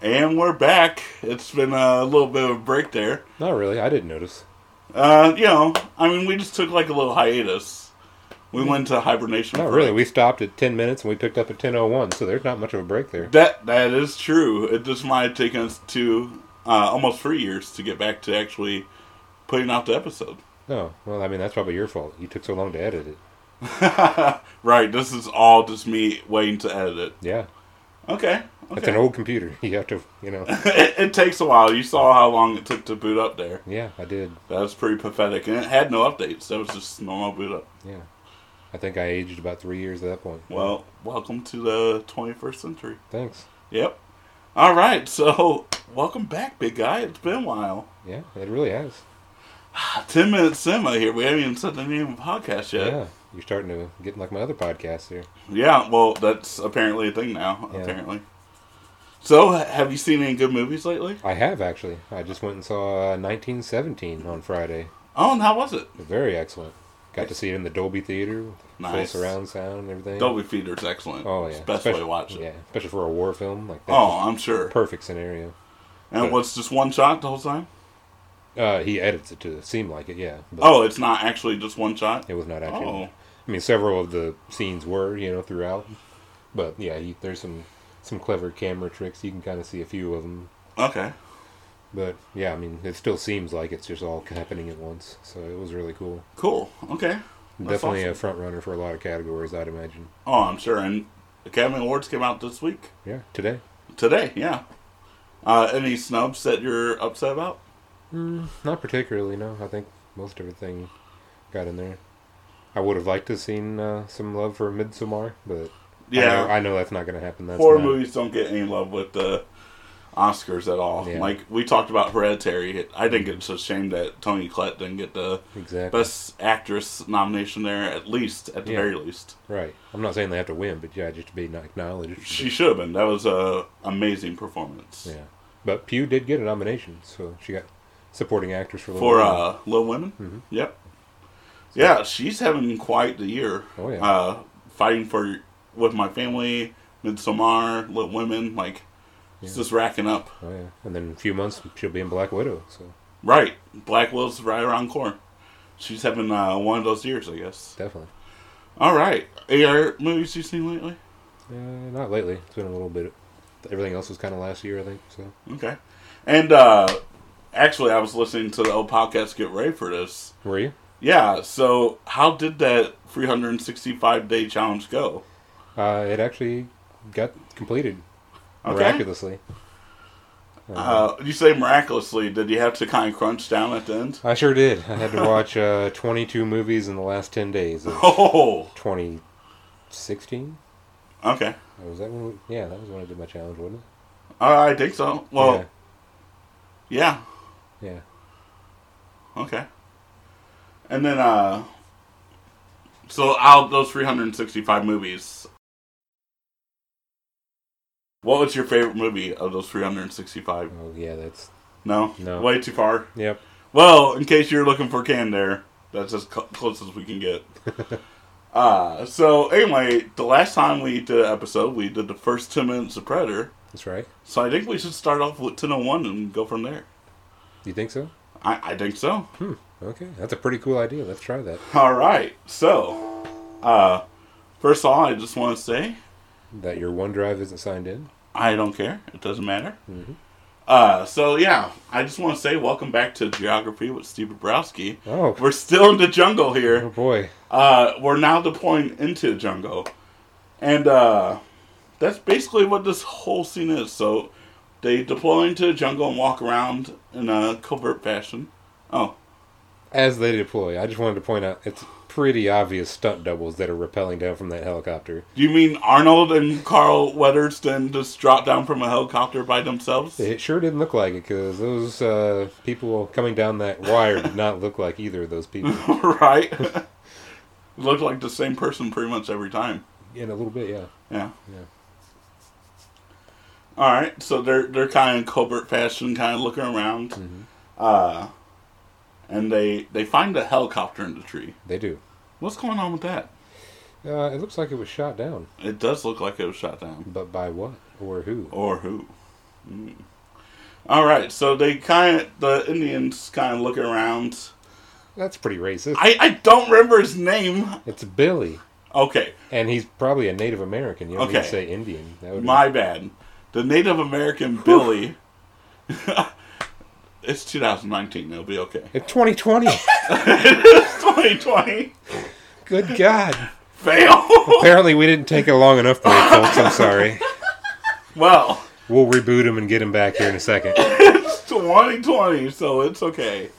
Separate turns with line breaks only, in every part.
And we're back. It's been a little bit of a break there.
Not really. I didn't notice.
Uh, you know, I mean, we just took like a little hiatus. We went to hibernation.
Mm. Not
for-
really. We stopped at 10 minutes and we picked up at 10:01, so there's not much of a break there.
That that is true. It just might have taken us two, uh, almost three years to get back to actually putting out the episode.
Oh, well, I mean that's probably your fault. You took so long to edit it.
right. This is all just me waiting to edit it.
Yeah.
Okay.
That's
okay.
an old computer. You have to, you know.
it, it takes a while. You saw how long it took to boot up there.
Yeah, I did.
That was pretty pathetic, and it had no updates. That was just normal boot up.
Yeah. I think I aged about 3 years at that point.
Well, welcome to the 21st century.
thanks.
Yep. All right. So, welcome back, big guy. It's been a while.
Yeah, it really has.
Ten minute cinema here. We haven't even said the name of the podcast yet.
Yeah. You're starting to get like my other podcasts here.
Yeah, well, that's apparently a thing now.
Yeah.
Apparently. So, ha- have you seen any good movies lately?
I have actually. I just went and saw uh, 1917 on Friday.
Oh, and how was it?
Very excellent. Got to see it in the Dolby Theater, with
Nice.
full surround sound and everything.
Dolby Theater's excellent.
Oh yeah,
it's the best way to watch it.
Yeah, especially for a war film like that.
Oh, I'm sure.
perfect scenario.
And
but-
what's just one shot the whole time?
Uh, he edits it to seem like it. Yeah. But
Oh, it's not actually just one shot.
It was not actually.
Oh.
I mean, several of the scenes were you know throughout, but yeah, he, there's some some clever camera tricks. You can kind of see a few of them.
Okay.
But yeah, I mean, it still seems like it's just all happening at once. So it was really cool.
Cool. Okay. That's
Definitely
awesome.
a front runner for a lot of categories, I'd imagine.
Oh, I'm sure. And Academy Awards came out this week.
Yeah, today.
Today, yeah. Uh, any snubs that you're upset about?
Not particularly, no. I think most everything got in there. I would have liked to have seen uh, some love for Midsommar, but
Yeah.
I know, I know that's not going to happen. That's
Horror
not-
movies don't get any love with the Oscars at all.
Yeah.
Like we talked about Hereditary, I think it's a shame that Tony Collette didn't get the
Exactly.
Best Actress nomination there, at least, at the
Yeah.
very least.
Right. I'm not saying they have to win, but yeah, just to be not acknowledged.
She should have been. That was a amazing performance
yeah. But Pew did get a nomination, so she got supporting actress for
for
Little Women.
uh, Little Women.
Mm-hmm.
Yep. Yeah, she's having quite the year.
Oh, yeah.
Uh, fighting for with my family, Midsommar, Little Women, like it's just racking up.
Oh yeah. And then in a few months she'll be in Black Widow. So
Right. Black Will's right around the corner. She's having uh, one of those years, I guess.
definitely.
All right. Any other movies you've seen lately?
Uh, not lately. It's been a little bit. Everything else was kind of last year, I think. So
Okay. And uh, actually, I was listening to the old podcast Get Ready for This.
were you?
Yeah, so how did that 365 day challenge go?
Uh, it actually got completed
Okay.
miraculously.
Uh, you say miraculously, did you have to kind of crunch down at the end?
I sure did. I had to watch uh, 22 movies in the last 10 days of
Oh,
2016.
okay.
Or Was Oh, that when? we- yeah, that was when I did my challenge, wasn't it?
Uh, I think so. Well, yeah.
yeah, yeah.
Okay. And then, uh, so out of those 365 movies, what was your favorite movie of those 365?
Oh yeah, that's
No?
No.
Way too far?
yep.
Well, in case you're looking for Can there, that's as cl- close as we can get. uh, so, anyway, the last time we did an episode, we did the first 10 minutes of Predator.
That's right.
So, I think we should start off with 1001 and go from there.
You think so?
I, I think so.
Hmm. Okay, that's a pretty cool idea. Let's try that.
All right. So, uh, first of all, I just want to say
That your OneDrive isn't signed in.
I don't care. It doesn't matter. Uh, so yeah, I just want to say welcome back to Geography with Steve Bobrowski.
Oh.
We're still in the jungle
Oh
here.
boy.
Uh, we're now deploying into the jungle, and uh, that's basically what this whole scene is. So they deploy into the jungle and walk around in a covert fashion. Oh,
As they deploy, I just wanted to point out it's pretty obvious stunt doubles that are rappelling down from that helicopter.
Do you mean Arnold and Carl Weatherston just dropped down from a helicopter by themselves?
It sure didn't look like it because those uh, people coming down that wire did not look like either of those people.
right? Looked like the same person pretty much every time.
In a little bit, yeah.
Yeah.
Yeah.
All right. So they're they're kind of in covert fashion, kind of looking around, uh, and they they find a helicopter in the tree.
They do.
What's going on with that?
Uh, it looks like it was shot down,
It does look like it was shot down,
but by what or who?
or who? Hmm. All right, so they kind of the Indians kind of look around.
That's pretty racist.
I I don't remember his name.
it's Billy,
Okay,
and he's probably a Native American. You don't need
Okay.
to say Indian. That would
my bad. The Native American Billy. it's 2019. It'll be okay.
It's 2020.
it's 2020.
Good God.
Fail.
Apparently, we didn't take a long enough break, folks. I'm sorry.
well,
We'll reboot him and get him back here in a second.
it's 2020, so it's okay.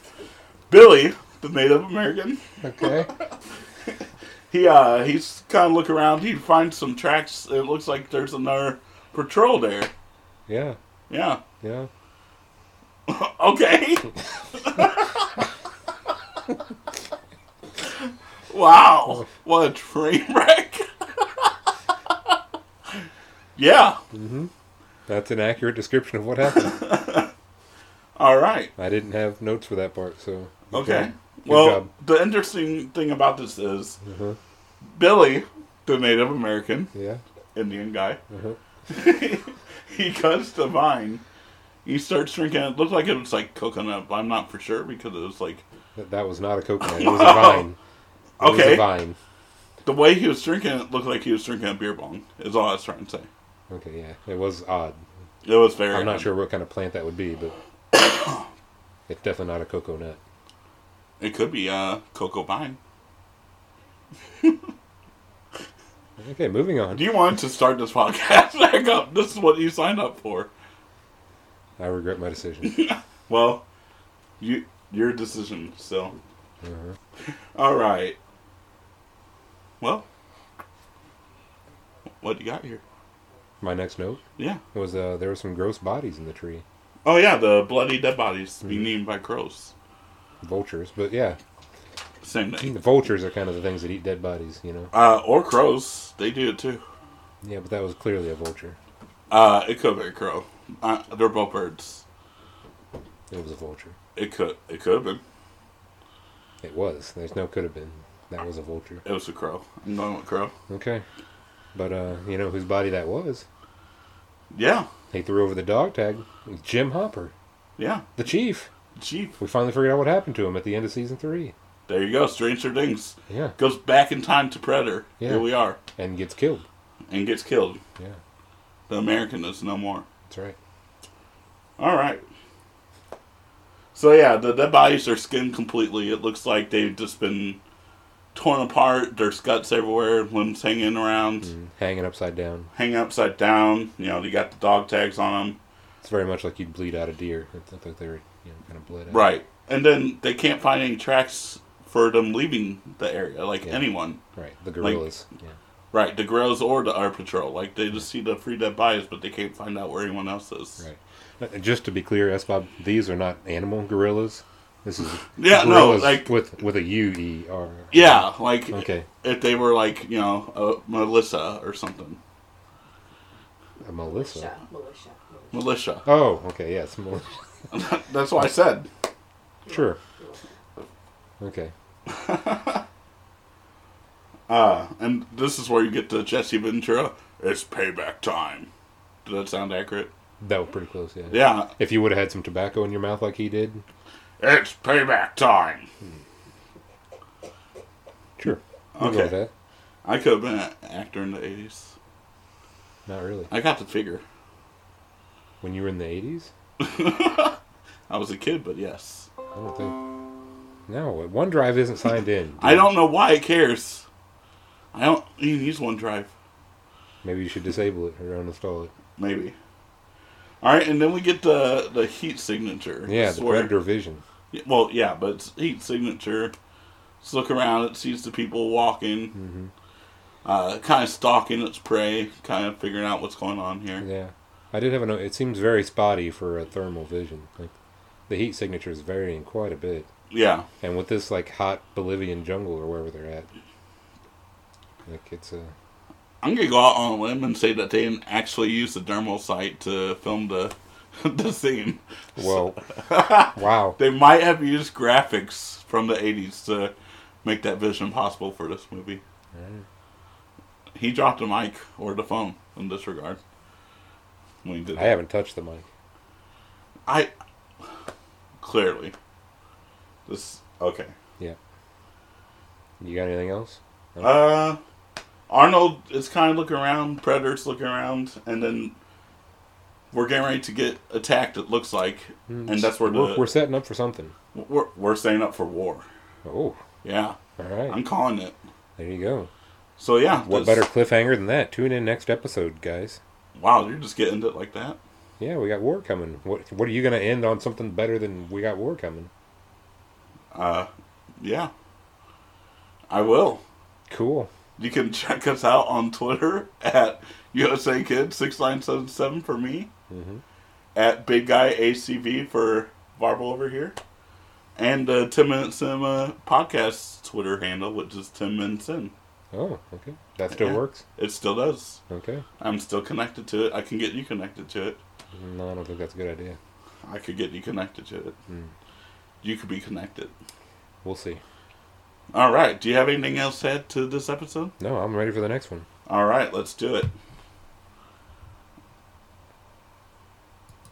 Billy, the Native American.
Okay.
He uh he's kind of look around. He finds some tracks. It looks like there's another patrol there.
Yeah.
Yeah.
Yeah.
Okay. wow. What a train wreck. yeah.
That's an accurate description of what happened.
All right.
I didn't have notes for that part, so. good
Okay.
job. Good
Well,
job.
the interesting thing about this is
Mhm.
Billy, the Native American
Yeah.
Indian guy,
Mhm.
he cuts the vine. He starts drinking. It looked like it was like coconut. but I'm not for sure because it was like
That, that was not a coconut. It was a vine. It was
Okay.
a vine.
the way he was drinking. It looked like he was drinking a beer bong. Is all I was trying to say.
Okay, yeah. It was odd.
It was very.
I'm not
odd.
sure what kind of plant that would be, but it's definitely not a cocoa nut.
It could be uh cocoa pine.
Okay, moving on.
Do you want to start this podcast back up? This is what you signed up for.
I regret my decision.
Well, you your decision. So,
Uh-huh.
all right. Well, what do you got here?
My next note
Yeah.
was uh, there were some gross bodies in the tree.
Oh yeah, the bloody dead bodies
Mm-hmm.
being eaten by crows.
Vultures, but yeah.
Same thing.
The vultures are kind of the things that eat dead bodies, you know?
Uh, or crows. They do it too.
Yeah, but that was clearly a vulture.
Uh, it could be a crow. Uh, they're both birds.
It was a vulture.
It could. It could have been.
It was. There's no could have been. That was a vulture.
It was a crow. I'm going with crow.
Okay. But, uh, you know whose body that was?
Yeah.
He threw over the dog tag. It was Jim Hopper,
Yeah.
the chief.
Jeep.
We finally figured out what happened to him at the end of season three.
There you go. Stranger Things
Yeah.
goes back in time to Predator.
Yeah.
Here we are,
And gets killed.
and gets killed.
Yeah,
The American is no more.
that's right.
All right. So yeah, the dead bodies are skinned completely. It looks like they've just been torn apart. There's guts everywhere. Limbs hanging around,
Mm. Hanging upside down.
hanging upside down. You know, they got the dog tags on them.
It's very much like you'd bleed out a deer. It's like they were you know, kind of bled out.
Right. And then they can't find any tracks for them leaving the area, like
Yeah.
anyone.
Right. The gorillas. yeah.
Right, the grills or the art patrol. Like they just see the free dead bodies, but they can't find out where anyone else is.
Right. Uh, Just to be clear, S. Bob, these are not animal gorillas. This is
Yeah, no,
gorillas
like-
with with a U E R.
Yeah, like
Okay.
if they were like you know a Melissa or something,
A Melissa.
Militia, militia, militia.
militia.
Oh, okay. Yes, Melissa.
That's what I said.
Sure. Okay.
Uh, and this is where you get to Jesse Ventura. It's payback time. Did that sound accurate?
That was pretty close. Yeah.
Yeah,
If you would have had some tobacco in your mouth like he did,
it's payback time.
sure. We'll go
Okay,
with that.
I could have been an actor in the eighties.
Not really.
I got the figure.
When you were in the eighties,
I was a kid, but yes,
I don't think. No, OneDrive isn't signed in.
I don't know why it cares. I don't even use OneDrive.
Maybe you should disable it or uninstall it.
Maybe. All right, and then we get the the heat signature.
Yeah,
It's
the
where-
Predator Vision.
Yeah, Well, yeah, but it's heat signature. Just look around. It sees the people walking,
Mm-hmm.
uh, kind of stalking its prey, kind of figuring out what's going on here.
Yeah, I did have a note. It seems very spotty for a thermal vision. Like the heat signature is varying quite a bit,
Yeah,
and with this like hot Bolivian jungle or wherever they're at, like it's uh, a
I'm gonna go out on a limb and say that they didn't actually use the dermal site to film the the scene.
well, wow.
They might have used graphics from the '80s to make that vision possible for this movie.
Alright.
He dropped the mic or the phone in this regard. When he did
I haven't touched the mic.
I clearly this okay.
You got anything else?
Uh, Arnold is kind of looking around. Predator's looking around, and then we're getting ready to get attacked. It looks like
Mm,
And that's where
we're,
the-
we're setting up for something.
we're we're setting up for war.
Oh,
Yeah,
all right.
I'm calling it.
There you go.
So yeah,
What
this-
better cliffhanger than that? Tune in next episode, guys.
Wow, you're just getting it like that.
Yeah, we got war coming. What What are you gonna end on something better than we got war coming?
Uh, yeah, I will.
Cool.
You can check us out on Twitter at USA Kid six nine seven seven for me,
Mm-hmm.
at Big Guy ACV for Varble over here, and the Ten Minute Cinema podcast Twitter handle, which is Ten Minutes In.
Oh, okay. That still
Yeah.
works.
It still does.
Okay.
I'm still connected to it. I can get you connected to it.
No, I don't think that's a good idea.
I could get you connected to it.
Mm.
You could be connected.
We'll see.
All right. Do you have anything else to add to this episode?
No, I'm ready for the next one.
All right. Let's do it.